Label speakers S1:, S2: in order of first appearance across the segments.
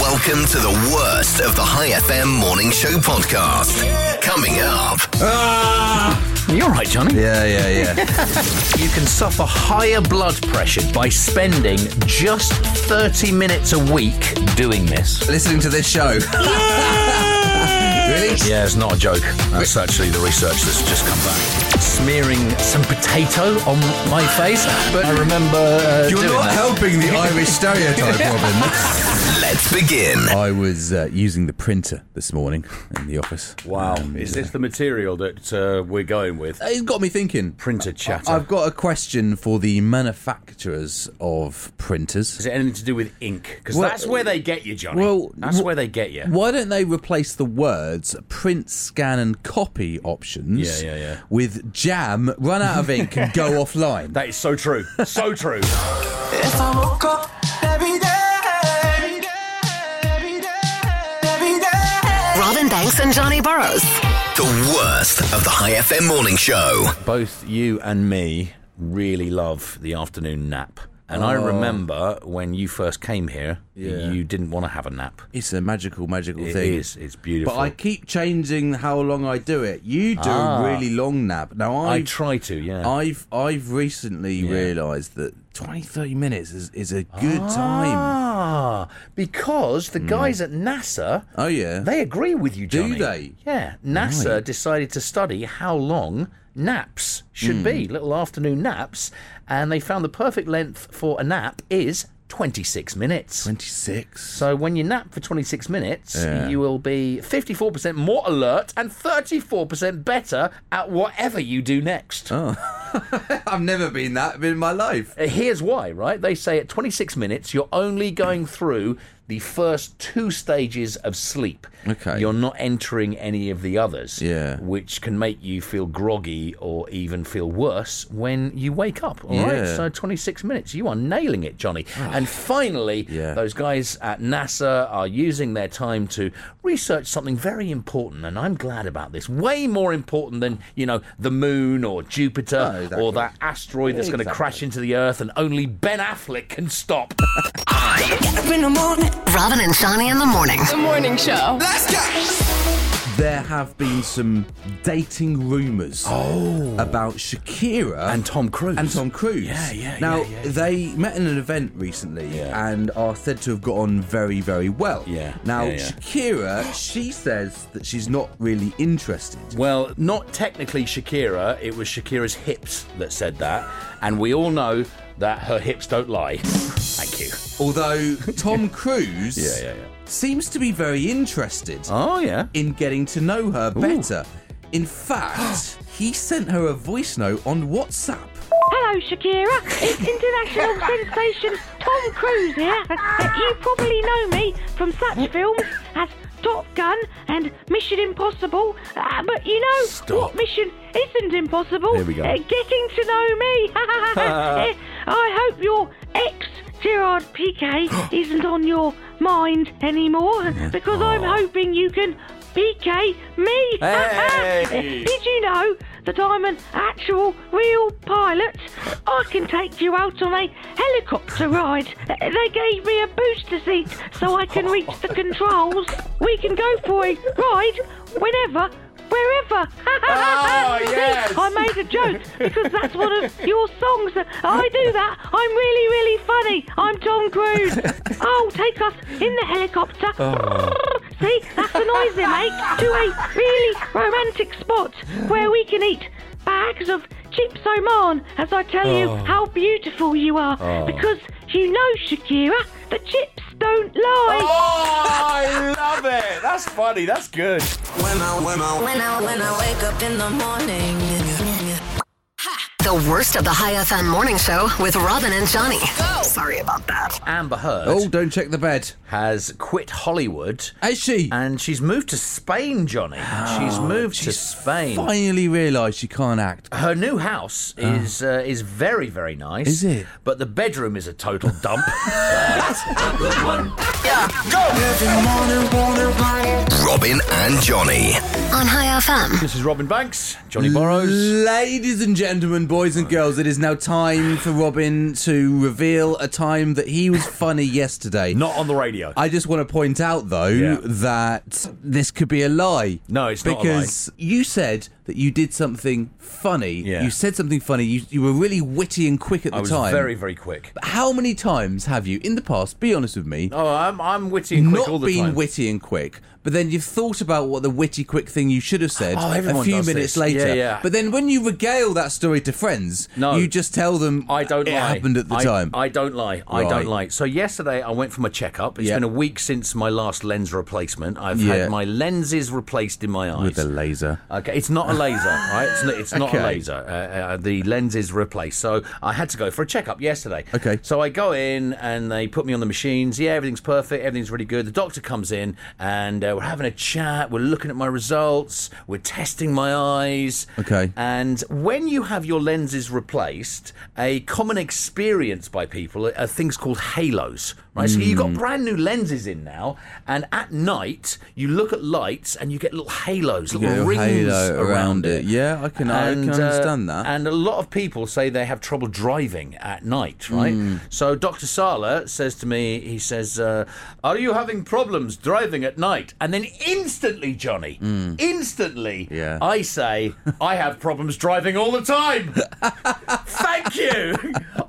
S1: Welcome to the worst of the High FM Morning Show podcast. Coming up.
S2: You're right, Johnny.
S1: Yeah, yeah, yeah.
S2: You can suffer higher blood pressure by spending just 30 minutes a week doing this.
S1: Listening to this show. really?
S2: Yeah, it's not a joke. That's actually the research that's just come back. Smearing some potato on my face, but I remember uh,
S1: You're
S2: doing
S1: not
S2: that.
S1: helping the Irish stereotype, Robin. Let's begin.
S3: I was uh, using the printer this morning in the office.
S4: Wow.
S3: And,
S4: Is this the material that uh, we're going with?
S3: uh, It's got me thinking.
S4: Printer chatter.
S3: I've got a question for the manufacturers of printers.
S4: Is it anything to do with ink? Because
S3: Well-
S4: that's where they get you, Johnny. that's
S3: wh-
S4: where they get you.
S3: Why don't they replace the words print, scan, and copy options
S4: Yeah, yeah, yeah.
S3: with jam, run out of ink, and go offline?
S4: That is so true. So true.
S5: If I woke up every day, every day, every day.
S6: Robin Banks and Johnny Burrows.
S1: The worst of the High FM Morning Show.
S4: Both you and me really love the afternoon nap. And I remember when you first came here,
S3: Yeah.
S4: you didn't want to have a nap.
S3: it's a magical, magical
S4: It
S3: thing.
S4: is. It's beautiful. Ah.
S3: But I keep changing how long I do it. You do a really long nap. Now
S4: I
S3: I've
S4: try to, yeah.
S3: I've I've recently realised that 20, 30 minutes is, is a good time.
S4: Ah, because
S2: Hmm.
S4: the guys at NASA,
S3: Oh yeah.
S4: they agree with you, Johnny.
S3: they?
S4: Yeah. NASA decided to study how long naps should be,
S3: Hmm.
S4: little afternoon naps, and they found the perfect length for a nap is 26 minutes.
S3: Twenty six.
S4: So when you nap for 26 minutes,
S3: Yeah.
S4: you will be 54% more alert and 34% better at whatever you do next.
S3: I've never been that in my life.
S4: Uh, Here's why, right? They say at 26 minutes, you're only going through the first two stages of sleep.
S3: Okay.
S4: You're not entering any of the others.
S3: Yeah.
S4: Which can make you feel groggy or even feel worse when you wake up. All right.
S3: Yeah. Ah.
S4: So 26 minutes. You are nailing it, Johnny. and finally,
S3: Yeah.
S4: those guys at NASA are using their time to research something very important. And I'm glad about this. Way more important than, you know, the moon or Jupiter
S3: No, exactly.
S4: or that asteroid that's going to crash into the Earth, and only Ben Affleck can stop.
S5: Up in the morning.
S6: Robin and Johnny in the morning.
S7: The morning show.
S5: Let's go.
S3: There have been some dating rumours about Shakira
S4: Oh. Tom Cruise.
S3: and Tom Cruise. Yeah,
S4: yeah,
S3: Now
S4: yeah, yeah,
S3: they met in an event recently
S4: Yeah.
S3: and are said to have got on very, very well.
S4: Yeah,
S3: Now
S4: yeah, yeah.
S3: Shakira, she says that she's not really interested.
S4: Well, not technically Shakira, it was Shakira's hips that said that, and we all know that her hips don't lie. Thank you.
S3: Although Tom Cruise
S4: Yeah, yeah, yeah.
S3: seems to be very interested
S4: Oh, yeah.
S3: in getting to know her better. In fact, he sent her a voice note on WhatsApp.
S8: Hello, Shakira. It's international sensation Tom Cruise here. Uh, You probably know me from such films as Top Gun and Mission Impossible. Uh, but you know what mission isn't impossible?
S4: There we go.
S8: Uh, getting to know me. Uh, I hope your ex Gerard Piquet isn't on your mind anymore because I'm hoping you can PK me.
S4: Oh. Hey!
S8: Did you know that I'm an actual real pilot? I can take you out on a helicopter ride. They gave me a booster seat so I can reach the controls. We can go for a ride whenever. Wherever.
S4: Oh,
S8: See,
S4: yes.
S8: I made a joke because that's one of your songs. I do that. I'm really, really funny. I'm Tom Cruise. Oh, take us in the helicopter. See, that's the noise they make to a really romantic spot where we can eat bags of chips Oman as I tell you how beautiful you are. Because you know, Shakira, the chips don't lie.
S4: Oh, I love it. That's funny. That's good.
S5: When I, when I,
S6: When I, when I wake up in the morning. The worst of the High FM morning show with Robin and Johnny. Sorry about that.
S4: Amber Heard
S3: Oh, don't check the bed.
S4: has quit Hollywood
S3: Has she?
S4: and she's moved to Spain, Johnny. she's moved to Spain.
S3: Finally realised she can't act.
S4: Her new house is uh, is very very nice.
S3: Ah. Is it?
S4: But the bedroom is a total dump.
S5: every morning, morning, morning.
S1: Robin and Johnny.
S6: on High FM.
S4: This is Robin Banks, Johnny Borrows.
S3: Ladies and gentlemen, boys and girls, it is now time for Robin to reveal a time that he was funny yesterday.
S4: Not on the radio.
S3: I just want to point out, though,
S4: Yeah.
S3: that this could be a lie.
S4: No, it's not a lie.
S3: because you said that you did something funny.
S4: Yeah.
S3: You said something funny. You, you were really witty and quick at the
S4: I was
S3: time.
S4: very, very quick.
S3: How many times have you, in the past, be honest with me,
S4: Oh, I'm, I'm witty and quick
S3: not
S4: all the
S3: been
S4: time.
S3: witty and quick, but then you've thought about what the witty quick thing you should have said
S4: Oh,
S3: a
S4: everyone
S3: few
S4: does
S3: minutes
S4: this.
S3: later.
S4: Yeah, yeah.
S3: But then when you regale that story to friends,
S4: No.
S3: you just tell them
S4: I don't
S3: it
S4: lie.
S3: happened at the
S4: I-
S3: time.
S4: I don't lie. I
S3: Right.
S4: don't lie. So yesterday I went for my checkup. It's
S3: Yeah.
S4: been a week since my last lens replacement. I've
S3: Yeah.
S4: had my lenses replaced in my eyes.
S3: With a laser.
S4: Okay, it's not a laser, right? It's not, it's not
S3: Okay.
S4: a laser. Uh, uh, the lens is replaced. So I had to go for a checkup yesterday.
S3: Okay.
S4: So I go in and they put me on the machines. Yeah, everything's perfect. Everything's really good. The doctor comes in and uh, we're having a chat. We're looking at my results. We're testing my eyes.
S3: Okay.
S4: And when you have your lenses replaced, a common experience by people are things called halos, right? So you've got
S3: Mm.
S4: brand new lenses in now, and at night you look at lights and you get little halos,
S3: get a
S4: little
S3: little
S4: rings
S3: halo
S4: around,
S3: around
S4: it.
S3: it. Yeah, I can- I can
S4: uh,
S3: understand that.
S4: and a lot of people say they have trouble driving at night, right? So Dr. Sala says to me, he says, uh, Are you having problems driving at night? And then instantly, Johnny, instantly,
S3: Yeah.
S4: I say, I have problems driving all the time. Thank you.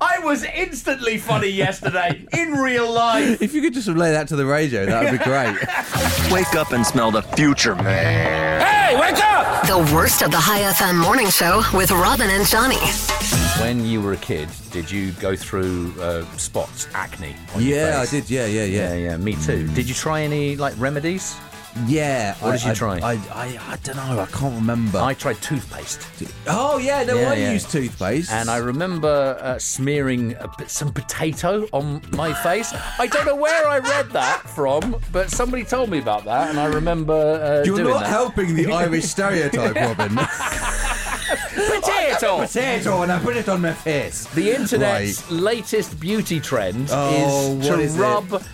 S4: I was instantly funny yesterday in real life.
S3: If you could just relay that to the radio, that would be great.
S7: Wake up and smell the future, man.
S6: The worst of the High FM morning show with Robin and Johnny.
S4: When you were a kid, did you go through uh, spots, acne? on your
S3: yeah, I
S4: face?
S3: did. Yeah, yeah,
S4: Yeah,
S3: yeah.
S4: yeah, me too. Did you try any like remedies?
S3: Yeah.
S4: What
S3: I-
S4: did you
S3: I-
S4: try?
S3: I, I, I don't know. I can't remember.
S4: I tried toothpaste,
S3: oh, yeah, no,
S4: Yeah,
S3: I
S4: yeah.
S3: used toothpaste.
S4: and I remember uh, smearing a bit, some potato on my face. I don't know where I read that from, but somebody told me about that, and I remember uh,
S3: You're
S4: doing
S3: not
S4: that.
S3: helping the Irish stereotype, Robin.
S4: potato.
S3: Potato, and I put it on my face.
S4: Oh. The
S3: Right.
S4: internet's latest beauty trend
S3: Oh,
S4: is
S3: what
S4: to
S3: is it?
S4: rub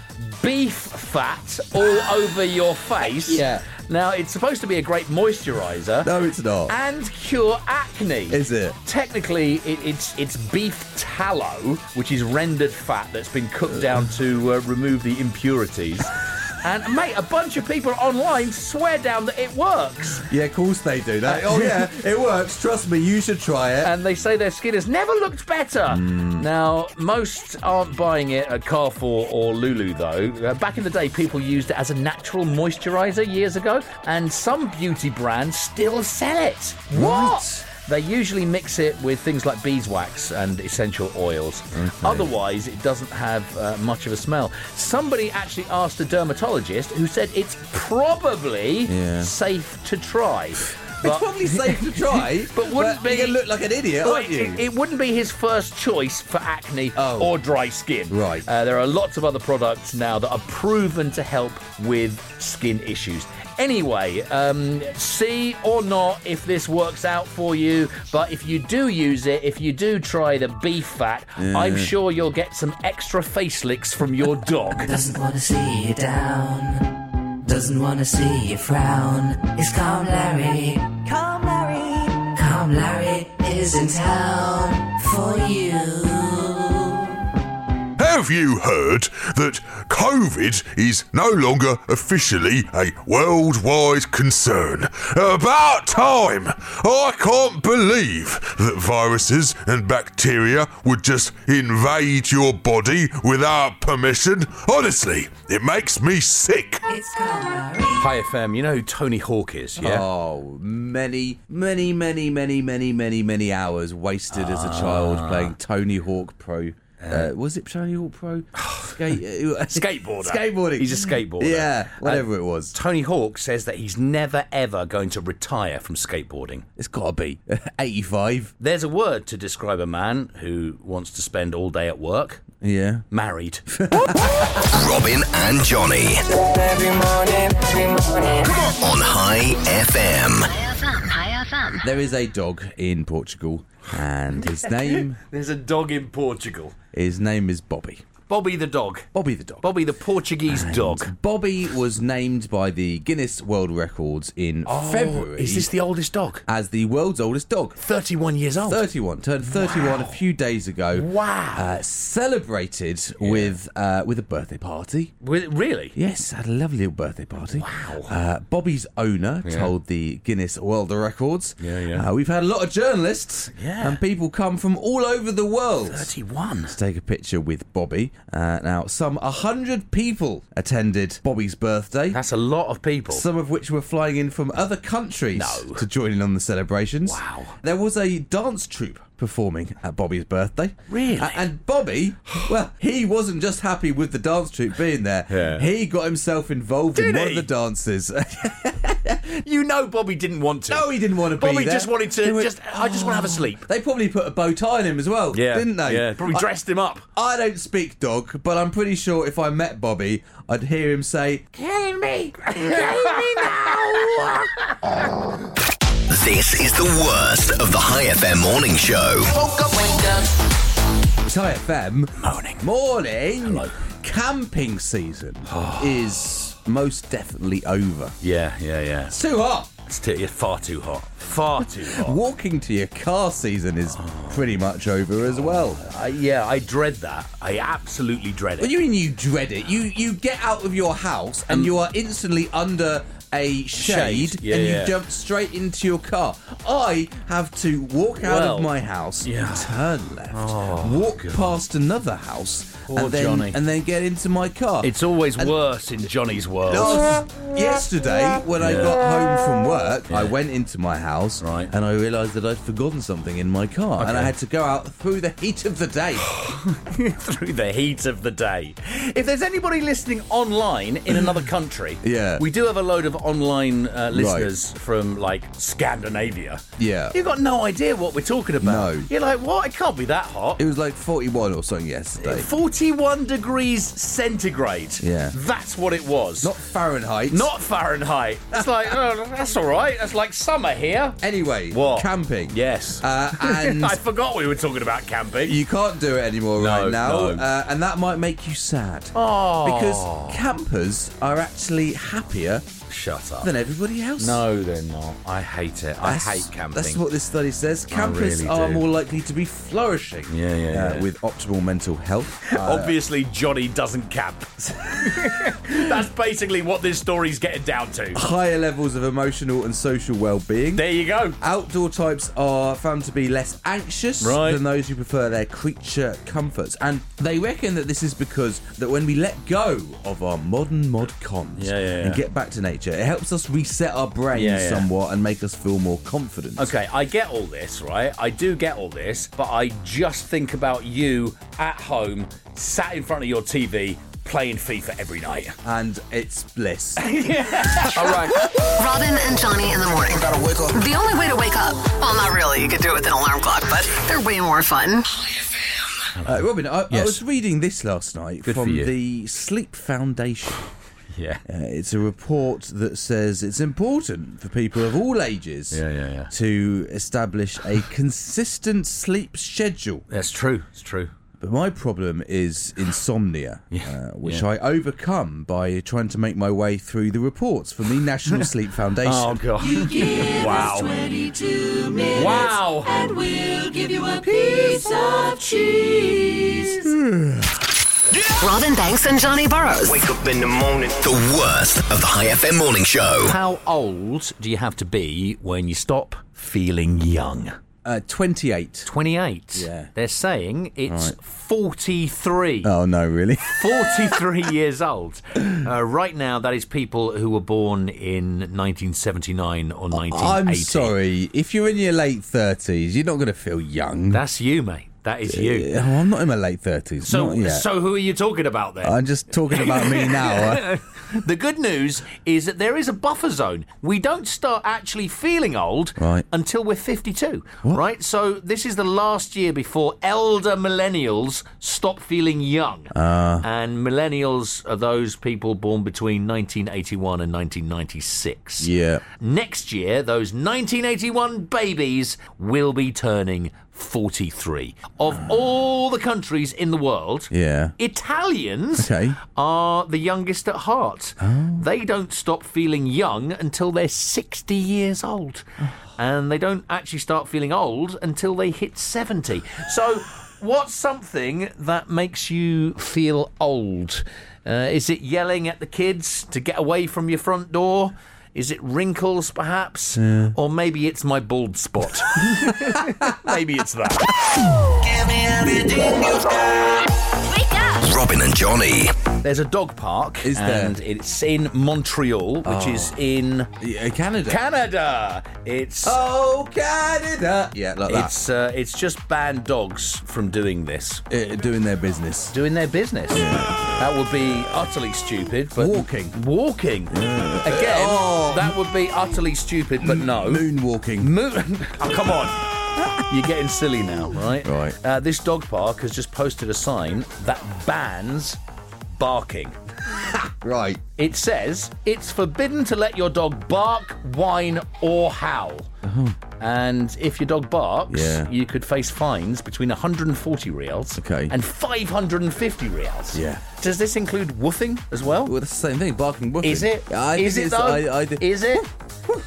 S4: beef fat all over your face.
S3: Yeah.
S4: Now it's supposed to be a great moisturizer.
S3: No, it's not.
S4: and cure acne.
S3: Is it?
S4: Technically, it, it's it's beef tallow, which is rendered fat that's been cooked down to uh, remove the impurities. and mate, a bunch of people online swear down that it works,
S3: Yeah, of course they do that.
S4: Uh,
S3: Oh yeah, it works. Trust me, you should try it.
S4: and they say their skin has never looked better. Now, most aren't buying it at Carrefour or Lulu though. Uh, back in the day, people used it as a natural moisturizer years ago, and some beauty brands still sell it. What?
S3: Right.
S4: They usually mix it with things like beeswax and essential oils. Otherwise, it doesn't have uh, much of a smell. Somebody actually asked a dermatologist who said it's probably
S3: Yeah.
S4: safe to try.
S3: it's probably safe to try,
S4: But wouldn't
S3: you're
S4: be-
S3: gonna look like an idiot,
S4: Well,
S3: aren't
S4: it-
S3: you?
S4: It, it wouldn't be his first choice for acne
S3: Oh.
S4: or dry skin.
S3: Right.
S4: Uh, there are lots of other products now that are proven to help with skin issues. Anyway, um, see or not if this works out for you, but if you do use it, if you do try the beef fat, I'm sure you'll get some extra face licks from your dog.
S9: Doesn't wanna see you down. Doesn't wanna see you frown. It's Calm Larry. Calm Larry. Calm Larry is in town for you.
S10: Have you heard that COVID is no longer officially a worldwide concern? About time! I can't believe that viruses and bacteria would just invade your body without permission. Honestly, it makes me sick.
S9: It's Calm Larry.
S4: Hi FM, you know who Tony Hawk is, yeah?
S3: Oh, many, many, many, many, many, many, many hours wasted as a child playing Tony Hawk Pro. Ah. Uh, was it Tony Hawk Pro? Skate, uh,
S4: Skateboarder.
S3: Skateboarding.
S4: He's a skateboarder.
S3: Yeah, whatever
S4: Uh,
S3: it was.
S4: Tony Hawk says that he's never ever going to retire from skateboarding.
S3: It's got to be 85.
S4: There's a word to describe a man who wants to spend all day at work.
S3: Yeah.
S4: Married.
S1: Robin and Johnny
S5: Every morning, every morning.
S1: on High FM.
S6: High FM, High FM.
S3: There is a dog in Portugal, and his name
S4: There's a dog in Portugal.
S3: his name is Bobby.
S4: Bobby the dog.
S3: Bobby the dog.
S4: Bobby the Portuguese dog.
S3: Bobby was named by the Guinness World Records in
S4: Oh,
S3: February
S4: Is this the oldest dog?
S3: as the world's oldest dog.
S4: 31 years old.
S3: 31 turned 31 a few days ago.
S4: Wow.
S3: Uh, celebrated with uh, with a birthday party.
S4: Re- Really?
S3: Yes, had a lovely little birthday party. Wow. Uh, Bobby's owner told the Guinness World Records.
S4: Yeah, yeah.
S3: Uh, we've had a lot of journalists
S4: Yeah.
S3: and people come from all over the world
S4: 31.
S3: to take a picture with Bobby. Uh, now, some 100 people attended Bobby's birthday.
S4: That's a lot of people.
S3: some of which were flying in from other countries
S4: No.
S3: to join in on the celebrations.
S4: Wow.
S3: There was a dance troupe performing at Bobby's birthday.
S4: Really?
S3: A- and Bobby, well, he wasn't just happy with the dance troupe being there.
S4: Yeah.
S3: He got himself involved in
S4: Did
S3: one
S4: he?
S3: of the dances.
S4: you know Bobby didn't want to.
S3: no, he didn't want to
S4: Bobby
S3: be there.
S4: just wanted
S3: They
S4: to
S3: went,
S4: just I just want to have a sleep.
S3: They probably put a bow tie on him as well, didn't they?
S4: Oh." Yeah, probably
S3: I-
S4: dressed him up.
S3: I don't speak dog, but I'm pretty sure if I met Bobby, I'd hear him say, "Kill me, kill me now."
S1: This is the worst of the High FM morning show.
S3: Thai FM. Morning. Morning. Camping season is most definitely over.
S4: Yeah, yeah, yeah.
S3: It's too hot.
S4: It's, t- it's far too hot. Far too hot.
S3: Walking to your car season is pretty much over as well.
S4: I, yeah, I dread that. I absolutely dread it.
S3: What do you mean you dread it? You you get out of your house and you are instantly under a shade,
S4: Um, Shade, yeah,
S3: and you
S4: yeah.
S3: jump straight into your car. I have to walk out
S4: Well,
S3: of my house,
S4: yeah. Oh,
S3: turn left, walk past another house,
S4: Poor
S3: and then
S4: Johnny.
S3: and then get into my car.
S4: it's always
S3: And-
S4: worse in Johnny's world.
S3: Last, yesterday, when I
S4: Yeah.
S3: got home from work, I went into my house
S4: Right.
S3: and I realised that I'd forgotten something in my car, and I
S4: Okay.
S3: had to go out through the heat of the day.
S4: through the heat of the day. If there's anybody listening online in another country,
S3: Yeah.
S4: we do have a load of online uh, listeners from like Scandinavia.
S3: Yeah.
S4: you've got no idea what we're talking about.
S3: No.
S4: you're like, what? It can't be that hot.
S3: it was like 41 or something yesterday.
S4: 41 degrees centigrade.
S3: Yeah.
S4: that's what it was.
S3: Not Fahrenheit.
S4: Not Fahrenheit. It's like, oh, that's all right. That's like summer here.
S3: Anyway,
S4: What?
S3: camping.
S4: Yes.
S3: Uh, and
S4: I forgot we were talking about camping.
S3: you can't do it anymore
S4: No,
S3: right now.
S4: no.
S3: Uh, and that might make you sad.
S4: Oh.
S3: Because campers are actually happier
S4: Shut up.
S3: than everybody else.
S4: No, they're not. I hate it. I hate camping.
S3: That's what this study says. Campers
S4: really
S3: are
S4: do.
S3: more likely to be flourishing uh,
S4: Yeah, yeah, yeah.
S3: with optimal mental health. Uh,
S4: Obviously, Johnny doesn't camp. That's basically what this story's getting down to.
S3: higher levels of emotional and social well-being.
S4: There you go.
S3: Outdoor types are found to be less anxious
S4: Right.
S3: than those who prefer their creature comforts. And they reckon that this is because that when we let go of our modern mod cons
S4: Yeah, yeah, yeah.
S3: and get back to nature, it helps us reset our brains
S4: Yeah, yeah.
S3: somewhat and make us feel more confident.
S4: Okay, I get all this, right? I do get all this, but I just think about you at home, sat in front of your TV, playing FIFA every night.
S3: And it's bliss.
S6: Robin and Johnny in the morning. The only way to wake up. Well, not really. You could do it with an alarm clock, but they're way more fun.
S3: Uh, Robin, I, I
S4: Yes.
S3: was reading this last night
S4: Good for
S3: from
S4: you.
S3: the Sleep Foundation.
S4: Yeah.
S3: Uh, it's a report that says it's important for people of all ages
S4: Yeah, yeah, yeah.
S3: to establish a consistent sleep schedule.
S4: That's true. It's true.
S3: But my problem is insomnia, uh, which
S4: yeah.
S3: I overcome by trying to make my way through the reports from the National Sleep Foundation.
S4: Oh, God. wow. Wow.
S6: Robin Banks and Johnny Burrows.
S1: Wake up in the morning. The worst of the High FM morning show.
S4: How old do you have to be when you stop feeling young?
S3: Uh, 28.
S4: 28.
S3: Yeah.
S4: They're saying it's 43.
S3: Oh, no, really?
S4: 43 years old. Uh, right now, that is people who were born in 1979 or 1980.
S3: I'm sorry. If you're in your late 30s, you're not going to feel young.
S4: That's you, mate. That is you.
S3: Yeah, I'm not in my late 30s.
S4: So,
S3: not yet.
S4: so who are you talking about then?
S3: I'm just talking about me now.
S4: the good news is that there is a buffer zone. We don't start actually feeling old
S3: Right.
S4: until we're 52, right? So this is the last year before elder millennials stop feeling young.
S3: Ah.
S4: and millennials are those people born between 1981 and 1996.
S3: yeah.
S4: Next year, those 1981 babies will be turning 43. Of all the countries in the world,
S3: Ah. Yeah.
S4: Italians
S3: Okay. Oh.
S4: are the youngest at heart. They don't stop feeling young until they're 60 years old. And they don't actually start feeling old until they hit 70. So, what's something that makes you feel old? Uh, is it yelling at the kids to get away from your front door? Is it wrinkles, perhaps? Or maybe it's my bald spot. maybe it's that.
S1: Robin and Johnny.
S4: There's a dog park.
S3: Is there? Oh.
S4: And it's in Montreal, which is in
S3: Yeah, Canada.
S4: Canada. It's.
S3: oh, Canada. Yeah, like that.
S4: It's uh, it's just banned dogs from doing this,
S3: Uh, doing their business.
S4: doing their business. That would be utterly stupid. But
S3: Walking.
S4: walking again.
S3: Oh.
S4: That would be utterly stupid. But no,
S3: Moonwalking.
S4: Mo- oh, come on. You're getting silly now, right?
S3: Right.
S4: Uh, this dog park has just posted a sign that bans barking.
S3: Right.
S4: It says it's forbidden to let your dog bark, whine, or howl. And if your dog barks,
S3: Oh. Yeah.
S4: you could face fines between 140 reals
S3: Okay.
S4: and 550 reals.
S3: Yeah.
S4: Does this include woofing as well?
S3: Well, that's the same thing. Barking woofing.
S4: Is it? Is
S3: I think
S4: it
S3: it's-
S4: though?
S3: I, I, thi-
S4: Is it?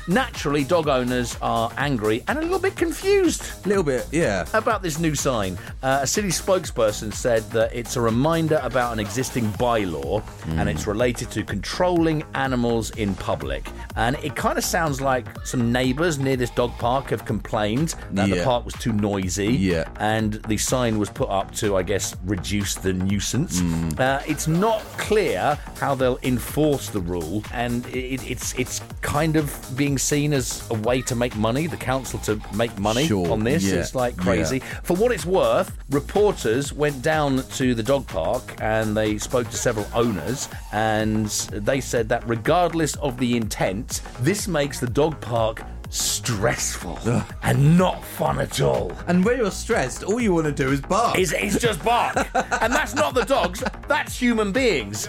S4: Naturally, dog owners are angry and a little bit confused
S3: little bit. Yeah.
S4: about this new sign, uh, a city spokesperson said that it's a reminder about an existing bylaw and
S3: Hmm.
S4: it's related to controlling animals in public. And it kind of sounds like some neighbours near this dog park have complained that the
S3: Yeah.
S4: park was too noisy.
S3: Yeah.
S4: And the sign was put up to, I guess, reduce the nuisance.
S3: Hmm.
S4: Uh, it's not clear how they'll enforce the rule, and it, it's it's kind of being seen as a way to make money. The council to make money
S3: Sure,
S4: on this.
S3: yeah,
S4: It's like crazy. For what it's worth, reporters went down to the dog park and they spoke to several owners, and they said that regardless of the intent, this makes the dog park stressful and not fun at all.
S3: And when you're stressed, all you want to do is bark.
S4: Is it's just bark, and that's not the dogs. That's human beings.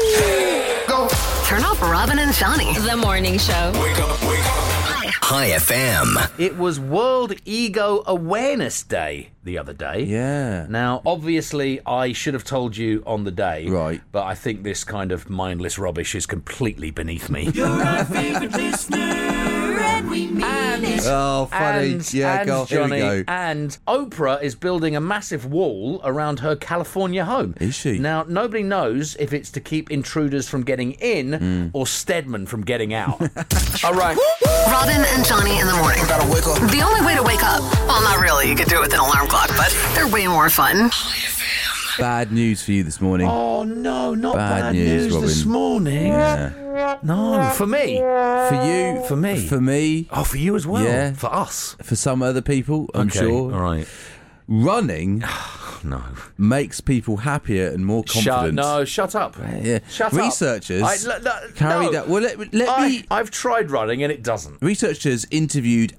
S6: Turn up Robin and Johnny.
S11: The morning show.
S1: High FM.
S4: It was World Ego Awareness Day the other day.
S3: Yeah.
S4: Now, obviously, I should have told you on the day.
S3: Right.
S4: But I think this kind of mindless rubbish is completely beneath me.
S3: Oh, funny.
S4: And,
S3: yeah,
S4: and
S3: go.
S4: Johnny,
S3: Here we go.
S4: and Oprah is building a massive wall around her California home.
S3: Is she?
S4: Now, nobody knows if it's to keep intruders from getting in
S3: Mm.
S4: or Stedman from getting out. All right.
S6: Robin and Johnny in the morning. The only way to wake up. Well, not really. You could do it with an alarm clock, but they're way more fun.
S3: Bad news for you this morning.
S4: Oh no, not bad,
S3: Bad news,
S4: news this
S3: Robin.
S4: morning.
S3: Yeah.
S4: No, for me.
S3: For you.
S4: For me?
S3: For me.
S4: Oh, for you as well.
S3: Yeah.
S4: For us.
S3: For some other people, I'm
S4: Okay,
S3: sure.
S4: All right.
S3: Running
S4: No.
S3: makes people happier and more
S4: Shut,
S3: confident.
S4: no, shut up.
S3: Yeah.
S4: Shut
S3: Researchers
S4: up. I- l- l-
S3: carried
S4: no.
S3: out- well, let- let
S4: I,
S3: me-
S4: I've tried running and it doesn't.
S3: Researchers interviewed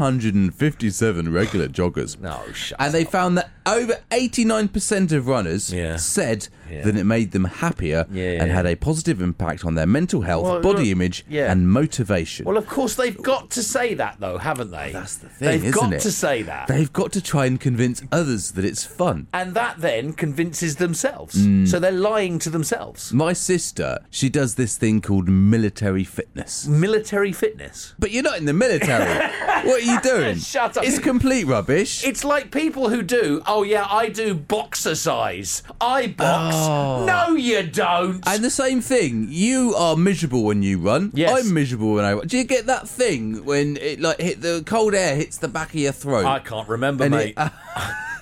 S3: 8,157 regular joggers.
S4: No, shut
S3: And they found that over 89% of runners
S4: Yeah.
S3: said
S4: Yeah.
S3: that it made them happier
S4: Yeah, yeah,
S3: and had
S4: yeah.
S3: a positive impact on their mental health,
S4: Well,
S3: body
S4: well,
S3: image,
S4: yeah.
S3: and motivation.
S4: Well, of course, they've got to say that, though, haven't they?
S3: That's the thing,
S4: They've
S3: isn't
S4: got
S3: it?
S4: to say that.
S3: They've got to try and convince others that it's fun.
S4: and that then convinces themselves.
S3: Mm.
S4: So they're lying to themselves.
S3: My sister, she does this thing called military fitness.
S4: Military fitness.
S3: But you're not in the military. what are you doing?
S4: Shut up.
S3: It's complete rubbish.
S4: It's like people who do, oh yeah, I do boxercise. I box.
S3: Oh.
S4: No, you don't.
S3: And the same thing. You are miserable when you run.
S4: Yes.
S3: I'm miserable when I run. Do you get that thing when it like hit the cold air hits the back of your throat?
S4: I can't remember,
S3: And
S4: mate.
S3: it-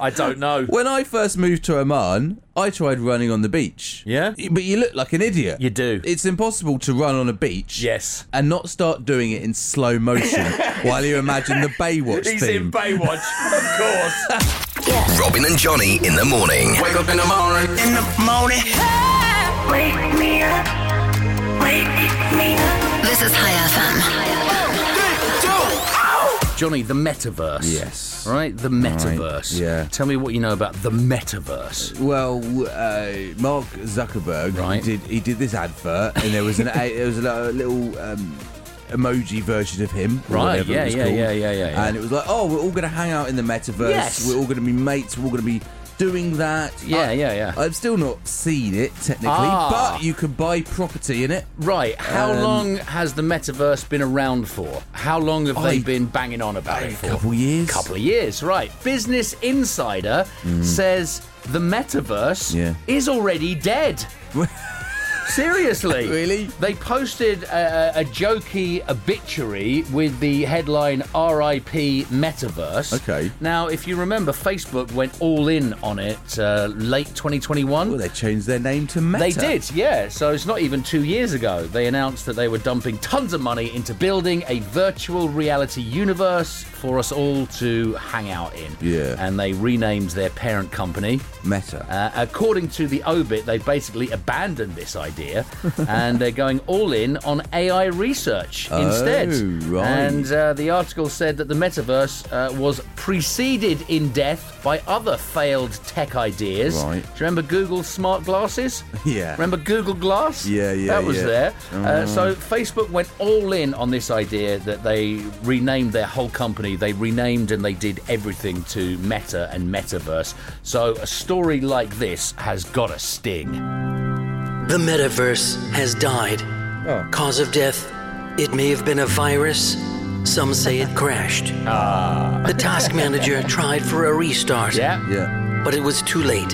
S4: I don't know.
S3: when I first moved to Oman, I tried running on the beach.
S4: Yeah?
S3: But you look like an idiot.
S4: You do.
S3: It's impossible to run on a beach.
S4: Yes.
S3: And not start doing it in slow motion while you imagine the Baywatch
S4: He's
S3: theme.
S4: in Baywatch, of course.
S1: Robin and Johnny in the morning. Wake up in the morning. In the morning.
S6: This is High FM.
S4: Johnny, the metaverse.
S3: Yes.
S4: Right? The metaverse.
S3: yeah.
S4: Tell me what you know about the metaverse.
S3: Well, uh, Mark Zuckerberg
S4: Right.
S3: did he did this advert, and there was an a, there was a little, little um, emoji version of him. or
S4: Right,
S3: whatever it
S4: yeah,
S3: was
S4: yeah,
S3: called.
S4: yeah, yeah, yeah, yeah.
S3: And it was like, oh, we're all going to hang out in the metaverse.
S4: Yes.
S3: We're all going to be mates. We're all going to be doing that.
S4: Yeah,
S3: I-
S4: yeah, yeah.
S3: I've still not seen it technically,
S4: Ah.
S3: but you can buy property in it.
S4: Right. How
S3: Um,
S4: long has the metaverse been around for? How long have they
S3: I-
S4: been banging on about it for?
S3: couple years.
S4: couple of years, right? Business Insider says the metaverse
S3: Hmm. Yeah.
S4: is already dead. Seriously?
S3: Really?
S4: They posted a, a a jokey obituary with the headline "R.I.P. Metaverse."
S3: Okay.
S4: Now, if you remember, Facebook went all in on it uh, late 2021.
S3: Well, they changed their name to Meta.
S4: They did, yeah. So it's not even two years ago. They announced that they were dumping tons of money into building a virtual reality universe for us all to hang out in.
S3: Yeah.
S4: And they renamed their parent company.
S3: Meta.
S4: Uh, according to the Obit, they basically abandoned this idea and they're going all in on AI research instead.
S3: Oh, right.
S4: And uh, the article said that the metaverse uh, was preceded in death by other failed tech ideas.
S3: Right.
S4: Do you remember Google's smart glasses?
S3: Yeah.
S4: Remember Google Glass?
S3: Yeah, yeah,
S4: That was
S3: yeah. Uh-huh.
S4: there. Uh, so Facebook went all in on this idea that they renamed their whole company. They renamed and they did everything to Meta and Metaverse. So a story like this has got a sting.
S11: The metaverse has died. Cause of death, it may have been a virus. Some say it crashed. The task manager tried for a restart,
S4: Yeah.
S3: Yeah.
S11: but it was too late.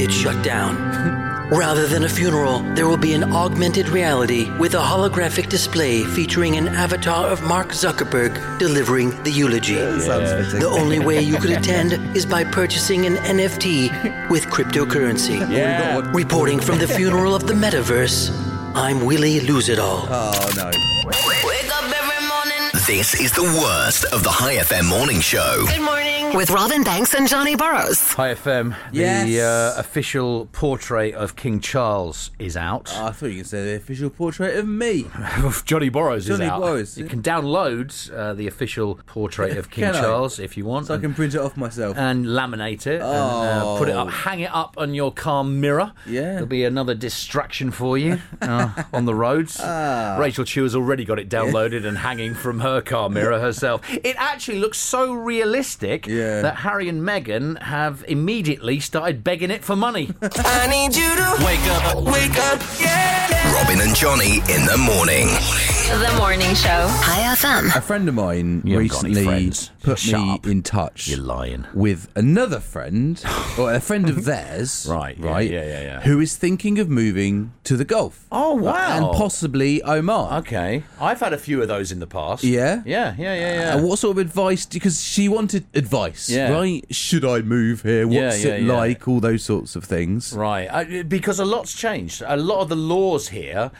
S11: It shut down. Rather than a funeral, there will be an augmented reality with a holographic display featuring an avatar of Mark Zuckerberg delivering the eulogy.
S3: Sounds fitting.
S11: The only way you could attend is by purchasing an NFT with cryptocurrency.
S4: Yeah.
S11: Reporting from the funeral of the metaverse, I'm Willie Lose It All.
S3: Oh no.
S5: Wake up every morning.
S1: This is the worst of the High FM morning show.
S5: Good morning.
S6: With Robin Banks and Johnny Burrows.
S4: Hi FM. The
S3: Yes.
S4: uh, official portrait of King Charles is out.
S3: I thought you could say the official portrait of me.
S4: Johnny Borrows
S3: Johnny
S4: is out.
S3: Borrows,
S4: You
S3: yeah.
S4: can download uh, the official portrait of King
S3: Can I?
S4: Charles if you want.
S3: So I can print it off myself.
S4: and laminate it and uh, put it up, hang it up on your car mirror.
S3: Yeah.
S4: It'll be another distraction for you uh, on the roads.
S3: Ah.
S4: Rachel Chew has already got it downloaded and hanging from her car mirror herself. It actually looks so realistic
S3: Yeah.
S4: that Harry and Meghan have immediately started begging it for money.
S5: I need you to wake up, wake up, yeah.
S1: Robin and Johnny in the morning.
S12: The morning show.
S6: High FM.
S3: a friend of mine
S4: You haven't got any
S3: recently
S4: friends.
S3: put
S4: Shut
S3: me
S4: up.
S3: in touch
S4: You're lying.
S3: with another friend or a friend of theirs
S4: Right, yeah,
S3: right
S4: yeah, yeah, yeah.
S3: who is thinking of moving to the gulf
S4: Oh, wow.
S3: and possibly Oman
S4: Okay. I've had a few of those in the past.
S3: Yeah?
S4: Yeah, yeah, yeah, yeah.
S3: And what sort of advice? Because she wanted advice,
S4: Yeah.
S3: right? Should I move here?
S4: Yeah,
S3: What's
S4: yeah,
S3: it
S4: yeah.
S3: like? All those sorts of things.
S4: Right, I, because a lot's changed. A lot of the laws here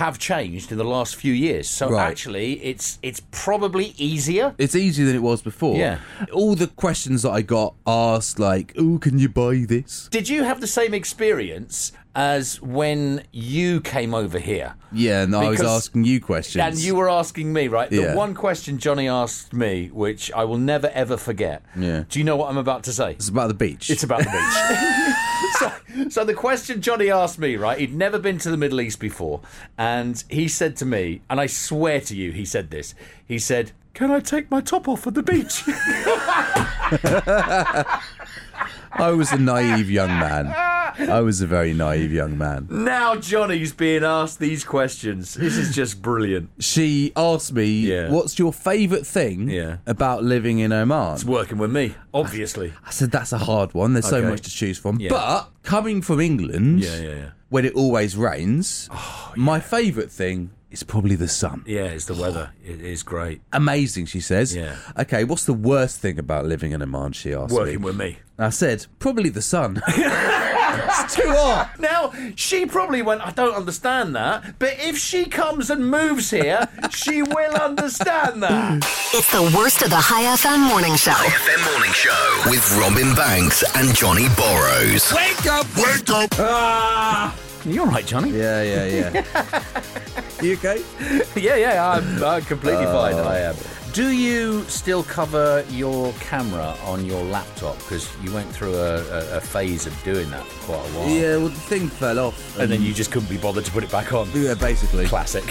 S4: have changed in the last few years. So
S3: Right.
S4: actually, it's it's probably easier.
S3: It's easier than it was before.
S4: Yeah.
S3: All the questions that I got asked, like, "Oh, can you buy this?"
S4: Did you have the same experience as when you came over here?
S3: Yeah, and I was
S4: Because-
S3: asking you questions.
S4: And you were asking me, right? The
S3: Yeah.
S4: one question Johnny asked me, which I will never ever forget.
S3: Yeah.
S4: Do you know what I'm about to say?
S3: It's about the beach.
S4: It's about the beach. so, so the question Johnny asked me, right? He'd never been to the Middle East before, and he said to me, and I swear to you, he said this. He said, "Can I take my top off at the beach?"
S3: I was a naive young man. I was a very naive young man.
S4: now Johnny's being asked these questions. This is just brilliant.
S3: She asked me,
S4: Yeah.
S3: "What's your favourite thing
S4: Yeah.
S3: about living in Oman?"
S4: It's working with me, obviously.
S3: I said, that's a hard one. There's so
S4: Okay.
S3: much to choose from.
S4: Yeah.
S3: But coming from England,
S4: Yeah, yeah, yeah.
S3: when it always rains, my favourite thing is probably the sun.
S4: Yeah, it's the weather. It is great.
S3: Amazing, she says.
S4: Yeah.
S3: Okay, what's the worst thing about living in Oman? She asked
S4: Working
S3: me.
S4: with me.
S3: I said, probably the sun. it's too hot.
S4: Now, she probably went, I don't understand that, but if she comes and moves here, she will understand that.
S6: It's the worst of the High FM morning show.
S1: FM morning show with Robin Banks and Johnny Borrows.
S3: Wake up! Wake up!
S4: Ah! You're right, Johnny.
S3: Yeah, yeah, yeah. you okay?
S4: Yeah, yeah, I'm, I'm completely fine. Uh, I am. Do you still cover your camera on your laptop? Because you went through a, a, a phase of doing that for quite a while.
S3: Yeah, well, the thing fell off. Uh,
S4: And, then you just couldn't be bothered to put it back on.
S3: Yeah, basically.
S4: Classic.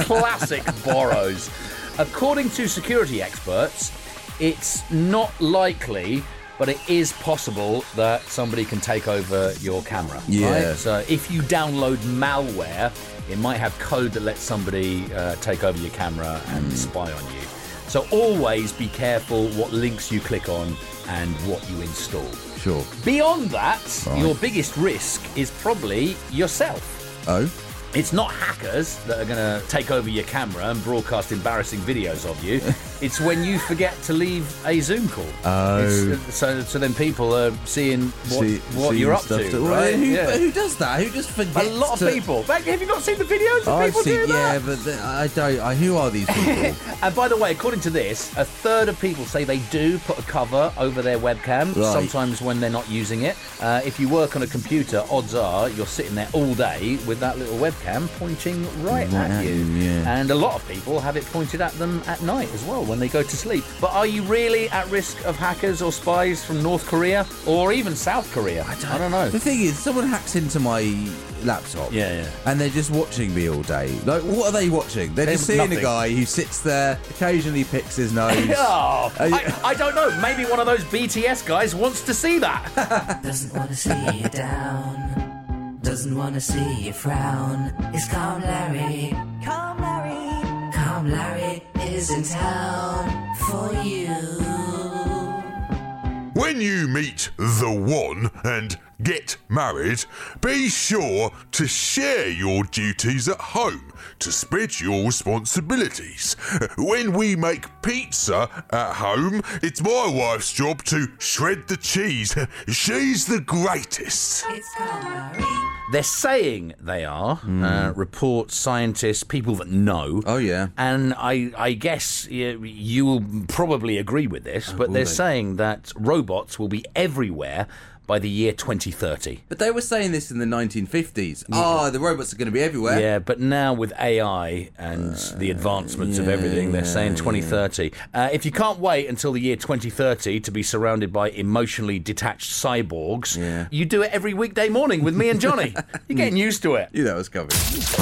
S4: Classic borrows. According to security experts, it's not likely, but it is possible that somebody can take over your camera.
S3: Yeah.
S4: right? So if you download malware, it might have code that lets somebody uh, take over your camera and
S3: Hmm.
S4: spy on you. So always be careful what links you click on and what you install.
S3: Sure.
S4: Beyond that,
S3: Right.
S4: your biggest risk is probably yourself.
S3: Oh.
S4: It's not hackers that are going to take over your camera and broadcast embarrassing videos of you. it's when you forget to leave a Zoom call.
S3: Oh.
S4: It's- so, so then people are seeing what,
S3: See-
S4: what
S3: seeing
S4: you're up
S3: stuff
S4: to,
S3: that- well,
S4: right?
S3: who-
S4: Yeah.
S3: who does that? Who just
S4: A
S3: forgets?
S4: lot of
S3: to-
S4: people. Like, have you not seen the videos of
S3: I've
S4: people
S3: seen,
S4: doing that?
S3: yeah, but th- I don't. I, who are these people?
S4: And by the way, according to this, a third of people say they do put a cover over their webcam,
S3: Right.
S4: sometimes when they're not using it. Uh, if you work on a computer, odds are you're sitting there all day with that little webcam pointing right
S3: Right
S4: at
S3: at
S4: you.
S3: you, yeah.
S4: And a lot of people have it pointed at them at night as well when they go to sleep. But are you really at risk of hackers or spies from North Korea or even South Korea? I don't, know.
S3: The thing is, someone hacks into my laptop.
S4: Yeah, yeah.
S3: And they're just watching me all day. Like, what are they watching? They're just
S4: There's
S3: seeing
S4: nothing.
S3: a guy who sits there, occasionally picks his nose.
S4: Oh,
S3: Uh,
S4: I, I don't know. Maybe one of those BTS guys wants to see that.
S9: Doesn't wanna see you down. Doesn't wanna see you frown. It's Calm Larry. Calm Larry. Calm Larry is in town for you.
S10: When you meet the one and get married, be sure to share your duties at home to spread your responsibilities. When we make pizza at home, it's my wife's job to shred the cheese. She's the greatest.
S4: They're saying they are. Uh, reports, scientists, people that know.
S3: Oh yeah.
S4: And I, I guess you, you will probably agree with this, but
S3: will
S4: they're
S3: they?
S4: saying that robots will be everywhere by the year 2030.
S3: But they were saying this in the 1950s. Ah, the robots are going to be everywhere.
S4: Yeah, but now with AI and the advancements of everything, they're saying 2030. Uh, if you can't wait until the year 2030 to be surrounded by emotionally detached cyborgs, you do it every weekday morning with me and Johnny. You're getting used to it.
S3: You know it's coming.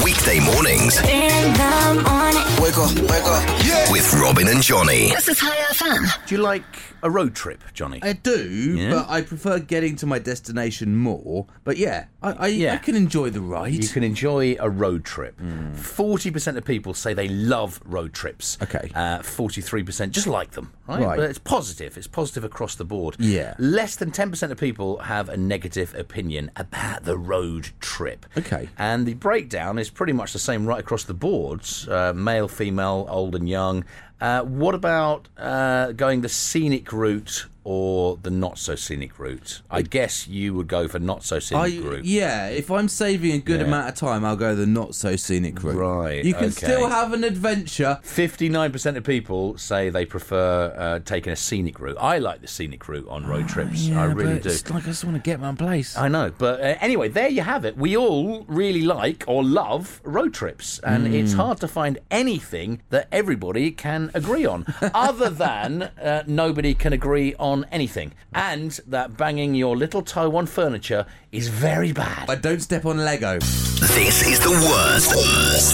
S1: Weekday mornings
S12: In the morning.
S1: Wake up, wake up. with Robin and Johnny.
S6: This is High FM.
S4: Do you like a road trip, Johnny?
S3: I do, but I prefer getting to my destination more. But yeah, I, I, I can enjoy the ride.
S4: You can enjoy a road trip. Forty percent of people say they love road trips. Uh,
S3: Okay.
S4: Forty-three percent just like them. Right.
S3: Right.
S4: But it's positive. It's positive across the board.
S3: Yeah.
S4: Less than ten percent of people have a negative opinion about the road trip.
S3: Okay.
S4: And the breakdown is pretty much the same right across the boards: uh, male, female, old and young. Uh, what about uh, going the scenic route? Or the not so scenic route. I guess you would go for not so
S3: I,
S4: scenic route.
S3: yeah, if I'm saving a good
S4: Yeah.
S3: amount of time, I'll go the not so scenic route.
S4: Right,
S3: You can
S4: okay.
S3: still have an adventure.
S4: 59% of people say they prefer uh, taking a scenic route. I like the scenic route on road trips. I really do.
S3: like I just want to get my place.
S4: I know. But uh, anyway, there you have it. We all really like or love road trips. And it's hard to find anything that everybody can agree on, other than uh, nobody can agree on anything. And that banging your little toe on furniture is very bad.
S3: I don't step on Lego.
S1: This is the worst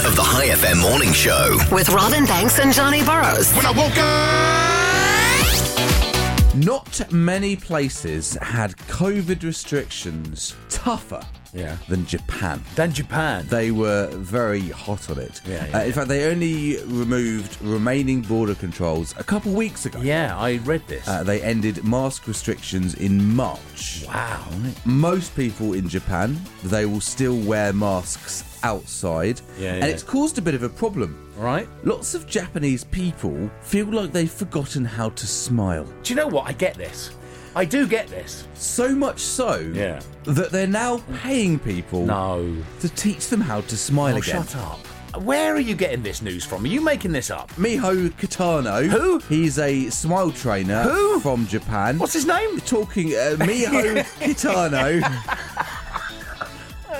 S1: of the High FM morning show.
S6: With Robin Banks and Johnny Burrows.
S1: When I woke up.
S3: Not many places had COVID restrictions tougher
S4: Yeah.
S3: than Japan.
S4: Then Japan.
S3: They were very hot on it.
S4: Yeah, yeah,
S3: Uh, in fact, they only removed remaining border controls a couple weeks ago.
S4: Yeah, I read this.
S3: Uh, they ended mask restrictions in March.
S4: wow.
S3: Most people in Japan, they will still wear masks outside.
S4: Yeah,
S3: and
S4: yeah.
S3: it's caused a bit of a problem.
S4: All right.
S3: Lots of Japanese people feel like they've forgotten how to smile.
S4: Do you know what? I get this. I do get this.
S3: So much so
S4: Yeah.
S3: that they're now paying people
S4: No.
S3: to teach them how to smile
S4: Oh,
S3: again.
S4: shut up. Where are you getting this news from? Are you making this up?
S3: Miho Kitano.
S4: Who?
S3: He's a smile trainer
S4: Who?
S3: from Japan.
S4: What's his name?
S3: Talking uh, Miho Kitano. My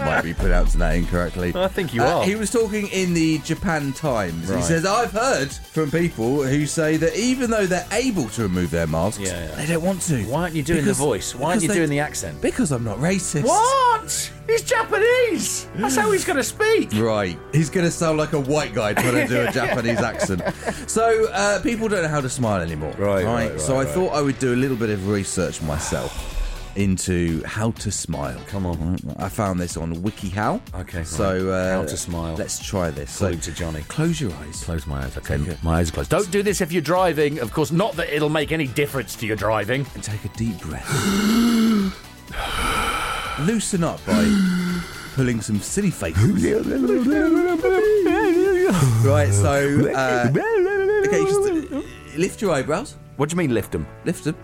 S3: might be pronouncing that incorrectly.
S4: I think you
S3: Uh,
S4: are.
S3: He was talking in the Japan Times. He
S4: Right.
S3: says, I've heard from people who say that even though they're able to remove their masks, they don't want to. Why
S4: aren't you doing the voice? Why aren't you doing the accent?
S3: Because I'm not racist.
S4: What? He's Japanese. That's how he's going to speak.
S3: Right. He's going to sound like a white guy trying to do a Japanese accent. So uh, people don't know how to smile anymore. Right.
S4: right,
S3: so
S4: right,
S3: I thought I would do a little bit of research myself into how to smile. Come on. I found this on WikiHow.
S4: Okay,
S3: So
S4: right.
S3: uh,
S4: How to smile.
S3: Let's try this.
S4: According to Johnny.
S3: Close your eyes.
S4: Close my eyes. Okay, my eyes are closed. Don't do this if you're driving. Of course, not that it'll make any difference to your driving.
S3: And take a deep breath. Loosen up by pulling some silly faces. right. So uh, okay, just uh, lift your eyebrows.
S4: What do you mean lift them?
S3: Lift them. Just-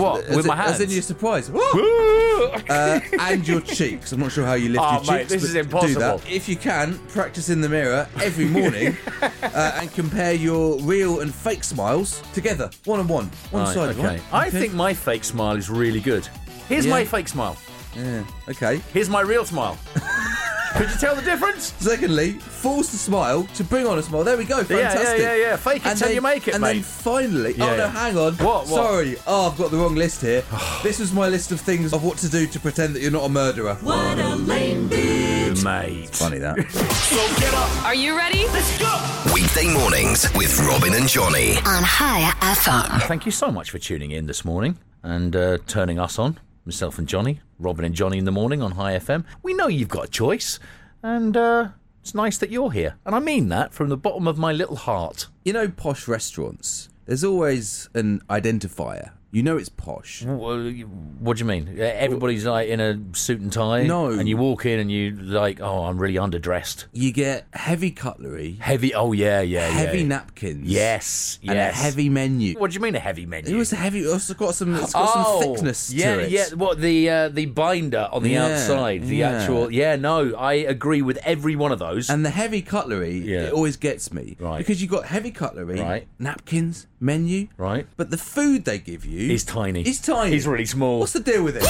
S4: what?
S3: as
S4: With
S3: in-
S4: my
S3: As in
S4: hands?
S3: you're surprised. uh, and your cheeks. I'm not sure how you lift
S4: Oh,
S3: your cheeks.
S4: mate, this
S3: but
S4: is
S3: Do
S4: impossible.
S3: that. If you can, practice in the mirror every morning uh, and compare your real and fake smiles together, one on one, one
S4: Right,
S3: side.
S4: okay.
S3: Right?
S4: I think my fake smile is really good. Here's
S3: Yeah.
S4: my fake smile.
S3: Yeah. Okay.
S4: Here's my real smile. Could you tell the difference?
S3: Secondly, force the smile to bring on a smile. There we go.
S4: Yeah, yeah,
S3: Fantastic.
S4: yeah, yeah. Fake it till you make it,
S3: And then
S4: mate.
S3: finally,
S4: Yeah,
S3: oh no,
S4: yeah.
S3: hang on.
S4: What, what?
S3: Sorry. Oh, I've got the wrong list here. this was my list of things of what to do to pretend that you're not a murderer. What a lame bitch,
S4: mate.
S3: funny that.
S12: Are you ready? Let's go.
S1: Weekday mornings with Robin and Johnny.
S6: On High FM.
S4: Thank you so much for tuning in this morning and uh, turning us on, myself and Johnny, Robin and Johnny in the morning on High FM. We know you've got a choice, and uh, it's nice that you're here. And I mean that from the bottom of my little heart.
S3: You know, posh restaurants, there's always an identifier. You know it's posh.
S4: What do you mean? Uh, Everybody's like in a suit and tie.
S3: No.
S4: And you walk in and you like, oh, I'm really underdressed.
S3: You get heavy cutlery,
S4: Heavy. Oh yeah, yeah, yeah.
S3: heavy
S4: yeah.
S3: napkins.
S4: Yes, yes.
S3: And a heavy menu.
S4: What do you mean a heavy menu?
S3: It was heavy. It's got some, it's got
S4: Oh,
S3: some thickness
S4: yeah,
S3: to it.
S4: Yeah, what the uh, the binder on the
S3: Yeah,
S4: outside, the
S3: yeah.
S4: actual. Yeah, no, I agree with every one of those.
S3: And the heavy cutlery, it always gets me.
S4: Right.
S3: Because you've got heavy cutlery,
S4: Right.
S3: napkins, menu.
S4: right,
S3: But the food they give you
S4: he's tiny.
S3: is tiny.
S4: He's really small.
S3: What's the deal with it?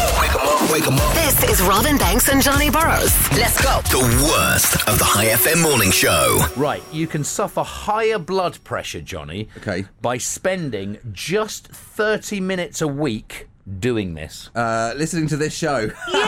S6: This is Robin Banks and Johnny Burrows. Let's go.
S1: The worst of the High FM morning show.
S4: Right, you can suffer higher blood pressure, Johnny,
S3: Okay.
S4: by spending just thirty minutes a week doing this.
S3: Uh, listening to this show. really?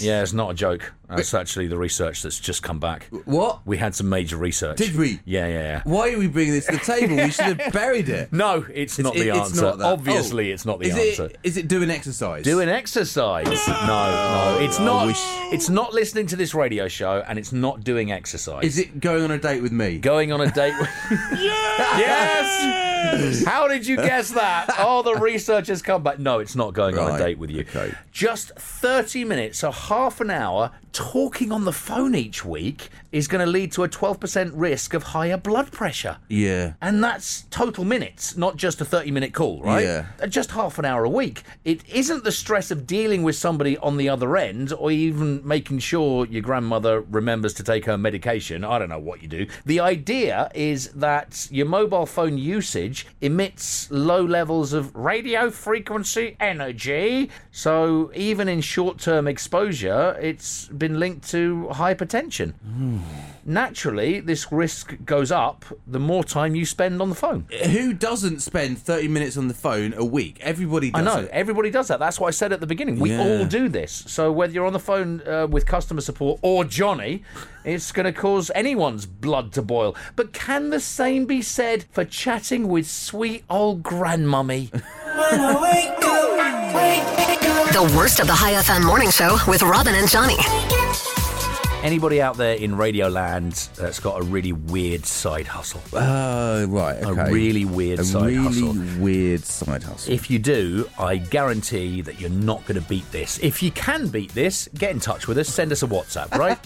S4: yeah, it's not a joke.
S3: Uh,
S4: That's actually the research that's just come back.
S3: What?
S4: We had some major research.
S3: Did we?
S4: Yeah, yeah, yeah.
S3: Why are we bringing this to the table? We should have buried it.
S4: No, it's, not the
S3: it-
S4: answer.
S3: it's not that.
S4: Obviously,
S3: Oh,
S4: it's not the
S3: Is
S4: answer.
S3: it, is it doing exercise?
S4: Do an exercise. No, no, it's not.
S3: Oh, wish-
S4: It's not listening to this radio show, and it's not doing exercise.
S3: Is it going on a date with me?
S4: going on a date? With... yes. How did you guess that? All the research has come back. No, it's not going on a
S3: Right,
S4: date with you.
S3: okay.
S4: Just thirty minutes, so half an hour, talking on the phone each week is going to lead to a twelve percent risk of higher blood pressure.
S3: Yeah.
S4: And that's total minutes, not just a 30 minute call, right?
S3: Yeah.
S4: Uh, Just half an hour a week. It isn't the stress of dealing with somebody on the other end or even making sure your grandmother remembers to take her medication. I don't know what you do. The idea is that your mobile phone usage emits low levels of radio frequency energy. So even in short term exposure, it's been linked to hypertension naturally this risk goes up the more time you spend on the phone.
S3: Who doesn't spend 30 minutes on the phone a week? Everybody does.
S4: I know
S3: It.
S4: everybody does that. That's what I said at the beginning. We
S3: Yeah.
S4: all do this. So whether you're on the phone uh, with customer support or Johnny, it's going to cause anyone's blood to boil. But can the same be said for chatting with sweet old grandmummy?
S6: The worst of the High FM morning show with Robin and Johnny.
S4: Anybody out there in Radio Land that's got a really weird side hustle?
S3: Oh, right.
S4: A
S3: Okay.
S4: really weird
S3: a
S4: side
S3: really
S4: hustle.
S3: weird side hustle.
S4: If you do, I guarantee that you're not going to beat this. If you can beat this, get in touch with us. Send us a WhatsApp, right?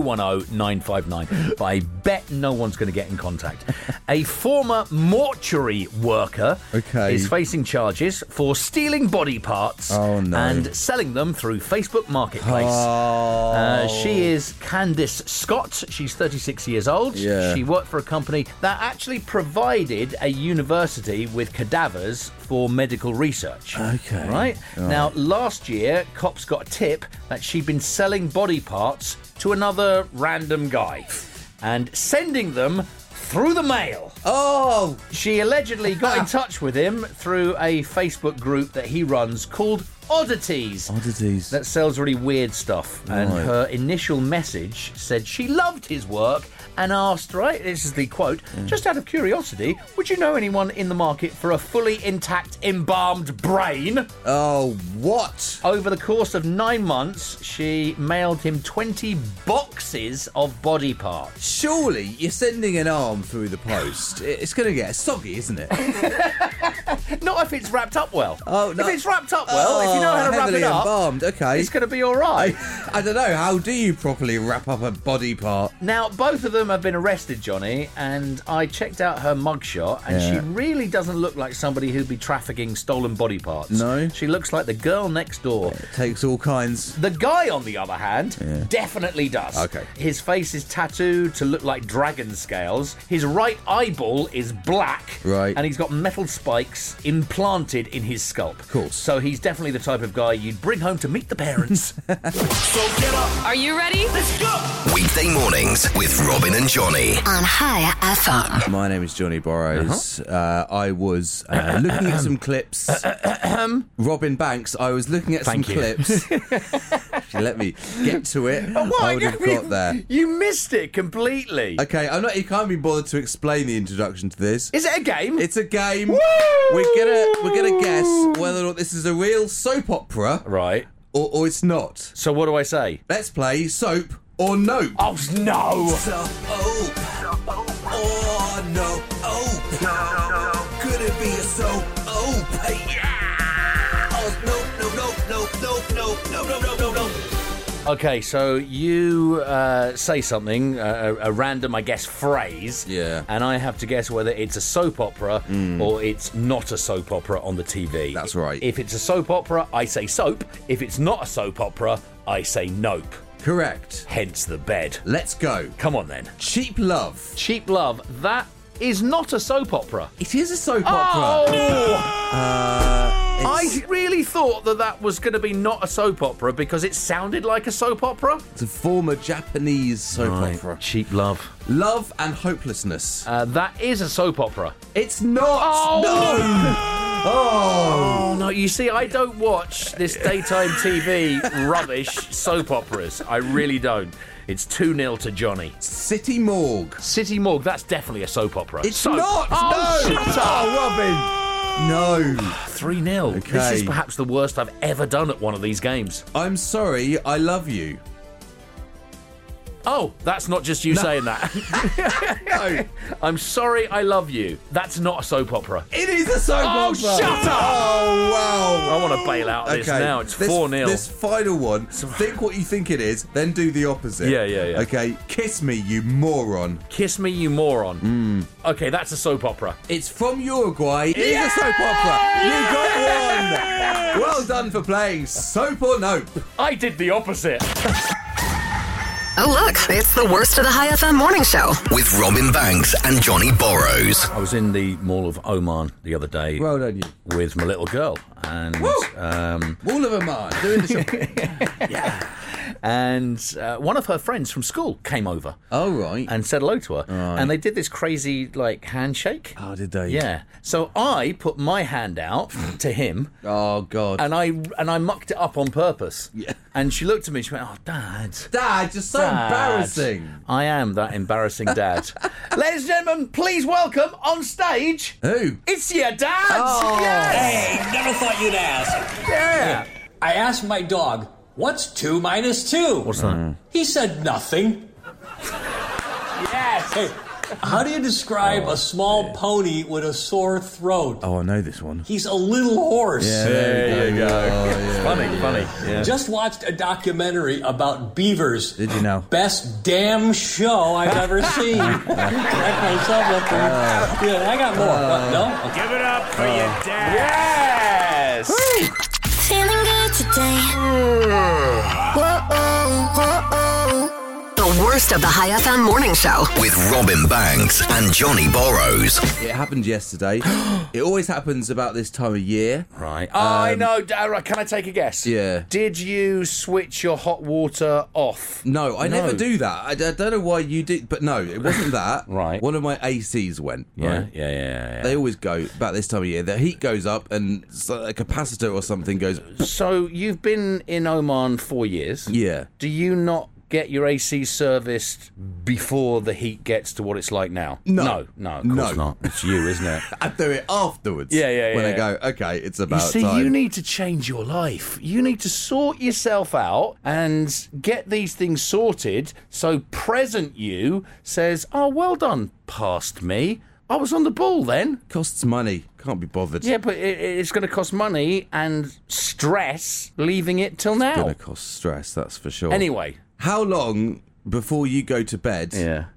S4: 79010 But I bet no one's going to get in contact. A former mortuary worker
S3: Okay.
S4: is facing charges for stealing body parts
S3: Oh, no. Ah. Oh!
S4: and selling them through Facebook Marketplace. Uh, she She is Candice Scott. She's 36 years old.
S3: Yeah.
S4: She worked for a company that actually provided a university with cadavers for medical research.
S3: Okay.
S4: Right?
S3: All
S4: Now, last year, cops got a tip that she'd been selling body parts to another random guy and sending them through the mail.
S3: Oh!
S4: She allegedly got in touch with him through a Facebook group that he runs called Oddities.
S3: Oddities.
S4: That sells really weird stuff. And
S3: Right.
S4: her initial message said she loved his work and asked, right, this is the quote,
S3: Mm.
S4: just out of curiosity, would you know anyone in the market for a fully intact embalmed brain?
S3: Oh, what?
S4: Over the course of nine months, she mailed him 20 boxes of body parts.
S3: Surely you're sending an arm through the post. It's going to get soggy, isn't it?
S4: Not if it's wrapped up well.
S3: Oh, no. Oh,
S4: If it's wrapped up well, if you know how to wrap
S3: heavily
S4: it up,
S3: embalmed. Okay,
S4: it's going to be all right.
S3: I, I don't know. How do you properly wrap up a body part?
S4: Now, both of them have been arrested, Johnny, and I checked out her mugshot, and
S3: Yeah.
S4: she really doesn't look like somebody who'd be trafficking stolen body parts.
S3: No.
S4: She looks like the girl next door.
S3: Takes all kinds.
S4: The guy, on the other hand, definitely does.
S3: Okay.
S4: His face is tattooed to look like dragon scales. His right eyeball is black.
S3: Right.
S4: And he's got metal spikes implanted in his scalp. Cool. So he's definitely the type of guy you'd bring home to meet the parents.
S12: Are you ready? Let's go.
S1: Weekday mornings with Robin and Johnny.
S6: On High FM.
S3: My name is Johnny Borrows. uh I was uh, looking at some clips. Robin Banks. I was looking at
S4: Thank
S3: some
S4: you.
S3: clips. If you let me get to it. I would have got there.
S4: You missed it completely.
S3: Okay, I'm not. You can't be bothered to explain the introduction to this.
S4: Is it a game?
S3: It's a game. We're gonna we're gonna guess whether or not this is a real soap opera
S4: right.
S3: or, or it's not.
S4: So what do I say?
S3: Let's play soap or nope.
S4: Oh s- no!
S3: Soap. Oh no. Oh. Could it be a soap? Oh. Oh no no no no no no no no no no.
S4: Okay, so you uh, say something, uh, a, a random, I guess, phrase.
S3: Yeah. Hmm.
S4: And I have to guess whether it's a soap opera or it's not a soap opera on the TV.
S3: That's right.
S4: If it's a soap opera, I say soap. If it's not a soap opera, I say nope.
S3: Correct.
S4: Hence the bed.
S3: Let's go.
S4: Come on then.
S3: Cheap love.
S4: Cheap Love, that is not a soap opera.
S3: It is a soap
S4: Oh!
S3: opera. Uh, it's,
S4: I really thought that that was going to be not a soap opera because it sounded like a soap opera.
S3: it's a former Japanese soap opera.
S4: Cheap Love.
S3: Love and hopelessness.
S4: Uh, that is a soap opera.
S3: It's not.
S4: Oh!
S3: No. Oh.
S4: Oh no, you see, I don't watch this daytime TV rubbish soap operas. I really don't. It's 2 0 to Johnny.
S3: City Morgue.
S4: City Morgue, that's definitely a soap opera.
S3: It's
S4: soap.
S3: not.
S4: Oh,
S3: no.
S4: shut up!
S3: Oh, Robin. No.
S4: 3 0. This
S3: Okay.
S4: is perhaps the worst I've ever done at one of these games.
S3: I'm sorry. I love you.
S4: Oh, that's not just you saying that.
S3: No.
S4: I'm sorry, I love you. That's not a soap opera.
S3: it is a soap
S4: Oh,
S3: opera.
S4: shut up.
S3: Oh wow.
S4: I want to bail out of this now. It's 4 0.
S3: This final one. Think what you think it is, then do the opposite.
S4: Yeah, yeah, yeah.
S3: Okay, kiss me, you moron.
S4: Kiss Me, You Moron. Okay, that's a soap opera.
S3: It's from Uruguay. It is a soap opera. You got one. Well done for playing soap or nope.
S4: I did the opposite.
S6: Oh, look, it's the worst of the High FM morning show.
S1: With Robin Banks and Johnny Borrows.
S4: I was in the Mall of Oman the other day
S3: Well done, you.
S4: with my little girl, and um,
S3: All of them are doing the shopping.
S4: and uh, one of her friends from school came over
S3: Oh right.
S4: and said hello to her, and they did this crazy like handshake.
S3: oh, did they?
S4: Yeah. So I put my hand out to him,
S3: Oh god.
S4: and I and I mucked it up on purpose.
S3: Yeah.
S4: And she looked at me. She went, "Oh, Dad."
S3: Dad, you're so
S4: Dad.
S3: embarrassing.
S4: I am that embarrassing dad. Ladies and gentlemen, please welcome on stage.
S3: Who?
S4: It's your dad.
S3: Oh.
S4: Yes.
S13: Never thought you'd ask.
S4: Yeah.
S13: I asked my dog, what's two minus two?
S4: What's that?
S3: Mm.
S13: He said nothing. yes. Hey, how do you describe
S4: Oh,
S13: a small pony with a sore throat?
S3: Oh, I know this one.
S13: He's a little horse.
S4: There you go. funny, funny.
S13: Just watched a documentary about beavers.
S3: Did you know?
S13: Best damn show I've ever seen. Crack myself up there. yeah, I got more. Uh, no? Okay.
S4: Yes.
S5: Feeling good today. Whoa, whoa, whoa.
S6: worst of the High FM morning show.
S1: With Robin Banks and Johnny Borrows.
S3: It happened yesterday. it always happens about this time of year.
S4: Right. um, I know. d- all right, Can I take a guess?
S3: Yeah.
S4: Did you switch your hot water off?
S3: No, I
S4: No.
S3: never do that. I, I don't know why you do, but no, it wasn't that. right. One of my ACs went.
S4: Yeah,
S3: right?
S4: yeah, yeah, yeah, yeah.
S3: They always go about this time of year. The heat goes up, and so- a capacitor or something goes.
S4: So you've been in Oman four years.
S3: Yeah.
S4: Do you not get your AC serviced before the heat gets to what it's like now?
S3: No.
S4: No, no, of course
S3: No.
S4: not. It's you, isn't it?
S3: I do it afterwards.
S4: Yeah, yeah,
S3: When
S4: yeah,
S3: I go, okay, it's about
S4: you see,
S3: time.
S4: you need to change your life. You need to sort yourself out and get these things sorted. So present you says, "Oh, well done, past me. I was on the ball then."
S3: Costs money. Can't be bothered.
S4: Yeah, but it, it's going to cost money and stress leaving it till now.
S3: Gonna cause stress, that's for sure.
S4: Anyway.
S3: how long before you go to bed?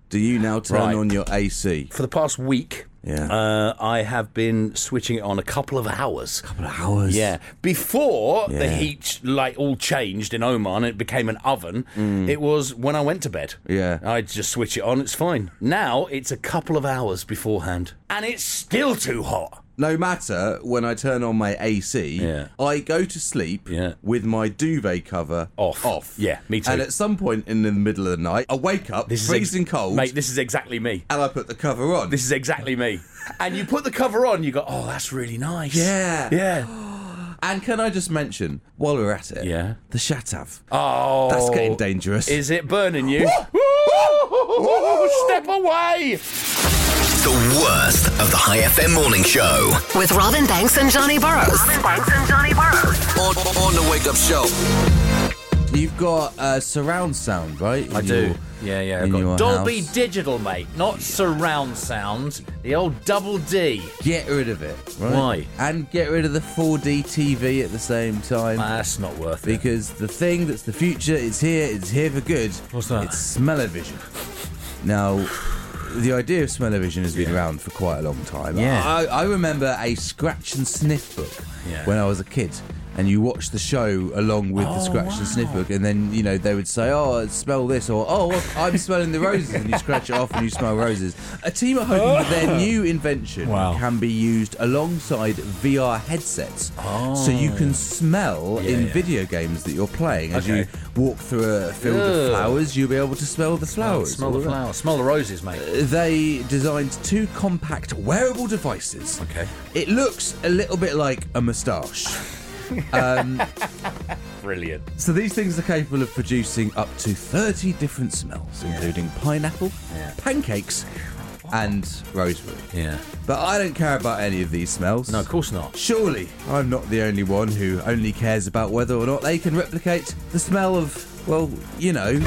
S3: Do you now turn
S4: Right.
S3: on your AC?
S4: for the past week.
S3: Yeah.
S4: Uh, I have been switching it on a couple of hours.
S3: couple of hours.
S4: Yeah, before the
S3: Yeah.
S4: heat like all changed in Oman, it became an oven. It was when I went to bed.
S3: Mm. Yeah.
S4: I just switch it on; it's fine. Now it's a couple of hours beforehand, and it's still too hot.
S3: No matter when I turn on my AC, I go to sleep with my duvet cover off. Off.
S4: Yeah, me too.
S3: And at some point in the middle of the night, I wake up
S4: This is ex-
S3: freezing cold,
S4: mate. This is exactly me.
S3: and I put the cover on.
S4: This is exactly me. and you put the cover on, you go, "Oh, that's really nice."
S3: Yeah.
S4: yeah.
S3: And can I just mention, while we're at it,
S4: Yeah.
S3: the Shatav.
S4: Oh,
S3: That's getting dangerous.
S4: Is it burning you? Ooh, Step away.
S1: The worst of the High FM morning show.
S6: With Robin Banks and Johnny Burrows. Robin Banks and Johnny Burrows.
S1: On, on the wake up show.
S3: You've got uh, surround sound, right?
S4: I
S3: in
S4: do.
S3: your-
S4: yeah, yeah.
S3: in
S4: I've
S3: your
S4: got Dolby
S3: house.
S4: Digital, mate, not surround sound. The old double D.
S3: Get rid of it. Right?
S4: Why?
S3: And get rid of the 4D TV at the same time.
S4: Nah, that's not worth it.
S3: Because the thing that's the future, it's here, it's here for good.
S4: What's that?
S3: It's smell-o-vision. Now, the idea of smell-o-vision has been around for quite a long time.
S4: Yeah.
S3: I, I remember a scratch and sniff book
S4: Yeah.
S3: when I was a kid. And you watched the show along with
S4: Oh,
S3: the scratch and sniff book, and then you know they would say, "Oh, smell this," or "Oh, look, I'm smelling the roses," and you scratch it off and you smell roses. A team are hoping that their new invention
S4: Wow.
S3: can be used alongside VR headsets, so you can smell
S4: Oh. Yeah,
S3: in
S4: yeah.
S3: video games that you're playing. As
S4: Okay.
S3: you walk through a field
S4: Ugh.
S3: of flowers, you'll be able to smell the flowers.
S4: Smell the flowers. Smell the roses, mate.
S3: They designed two compact wearable devices.
S4: Okay.
S3: It looks a little bit like a moustache. um,
S4: Brilliant.
S3: so these things are capable of producing up to 30 different smells, including pineapple,
S4: Yeah.
S3: pancakes, and rosemary.
S4: Yeah.
S3: But I don't care about any of these smells.
S4: No, of course not.
S3: Surely I'm not the only one who only cares about whether or not they can replicate the smell of, well, you know.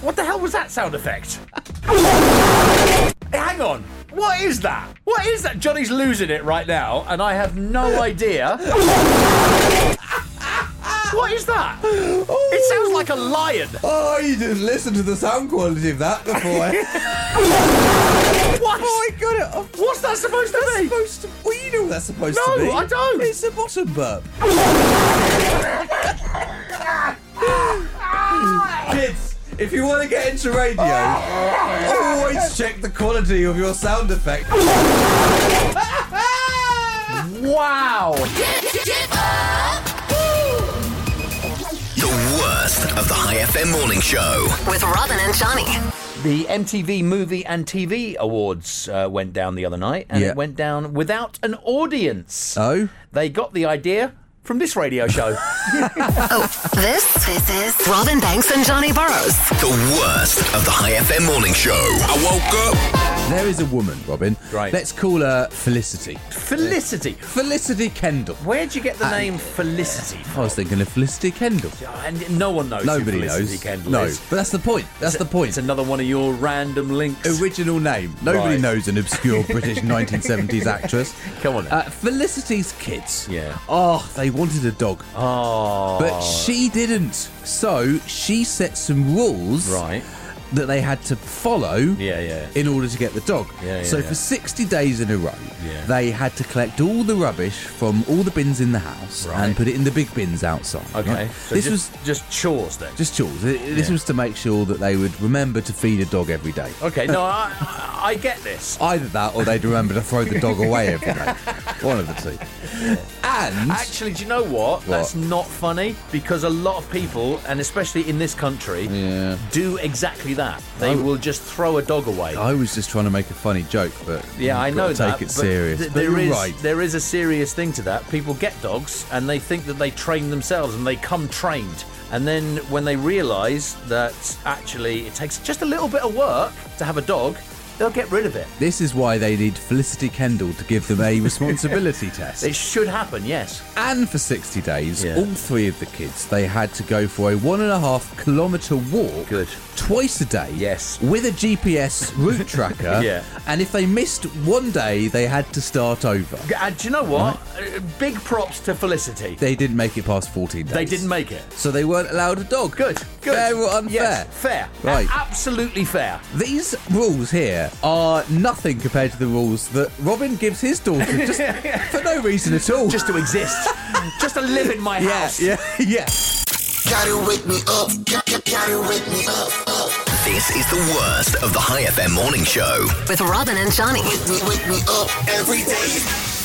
S4: What the hell was that sound effect? Hey, hang on. What is that? What is that? Johnny's losing it right now, and I have no idea. what is that? It sounds like a lion.
S3: Oh, you didn't listen to the sound quality of that before. I-
S4: What?
S3: oh, I got it. Oh,
S4: What's that supposed to
S3: that's
S4: be?
S3: supposed to. Well, you know what that's supposed
S4: No,
S3: to be.
S4: I don't.
S3: It's a bottom burp. Kids, if you want to get into radio, always check the quality of your sound effect.
S4: Wow.
S1: The worst of the High FM morning show.
S6: With Robin and Johnny.
S4: The MTV Movie and TV Awards uh, went down the other night, and
S3: Yeah.
S4: it went down without an audience.
S3: Oh?
S4: They got the idea from this radio show.
S6: This, this is Robin Banks and Johnny Burrows.
S1: The worst of the High FM morning show. I woke up.
S3: There is a woman, Robin.
S4: Right.
S3: Let's call her Felicity.
S4: Felicity.
S3: Felicity Kendall.
S4: Where'd you get the name Felicity?
S3: I was thinking of Felicity Kendall.
S4: And no one knows
S3: Nobody
S4: who Felicity
S3: knows.
S4: Kendall
S3: no,
S4: is.
S3: but that's the point. That's the point.
S4: It's another one of your random links.
S3: Original name. Nobody
S4: Right.
S3: knows an obscure British 1970s actress.
S4: Come on then.
S3: Uh, Felicity's kids.
S4: Yeah.
S3: Oh, they wanted a dog,
S4: Oh.
S3: but she didn't. So she set some rules.
S4: Right.
S3: that they had to follow
S4: yeah.
S3: in order to get the dog.
S4: Yeah, yeah,
S3: so
S4: yeah.
S3: for 60 days in a row,
S4: Yeah.
S3: they had to collect all the rubbish from all the bins in the house and put it in the big bins outside.
S4: Okay.
S3: right?
S4: So
S3: this was
S4: just, just chores then.
S3: just chores. Th- This
S4: Yeah.
S3: was to make sure that they would remember to feed a dog every day.
S4: Okay, no, I, I- I get this.
S3: Either that or they'd remember to throw the dog away every day. One of the two. And
S4: actually, do you know what? That's not funny because a lot of people, and especially in this country, do exactly that. They
S3: Oh.
S4: will just throw a dog away.
S3: I was just trying to make a funny joke, but
S4: Yeah, I
S3: you've
S4: know
S3: got to
S4: that.
S3: Take it
S4: but
S3: serious.
S4: th-
S3: but
S4: there
S3: you're
S4: is-
S3: right.
S4: there is a serious thing to that. People get dogs and they think that they train themselves and they come trained. And then when they realise that actually it takes just a little bit of work to have a dog, they'll get rid of it.
S3: This is why they need Felicity Kendall to give them a responsibility test.
S4: It should happen, yes.
S3: And for 60 days, all three of the kids, they had to go for a one and a half kilometre walk
S4: Good.
S3: twice a day.
S4: Yes.
S3: With a GPS route tracker.
S4: Yeah.
S3: And if they missed one day, they had to start over.
S4: And do you know what? Uh, Big props to Felicity.
S3: They didn't make it past 14 days.
S4: They didn't make it.
S3: So they weren't allowed a dog.
S4: Good, good.
S3: Fair or unfair?
S4: Yes, fair.
S3: Right.
S4: A- absolutely fair.
S3: These rules here are nothing compared to the rules that Robin gives his daughter just for no reason at all.
S4: Just to exist. just to live in my house.
S3: Yeah, yeah.
S5: Gotta wake me up. Gotta wake me up.
S1: This is the worst of the High FM morning show.
S6: With Robin and Johnny.
S5: Wake me up every day.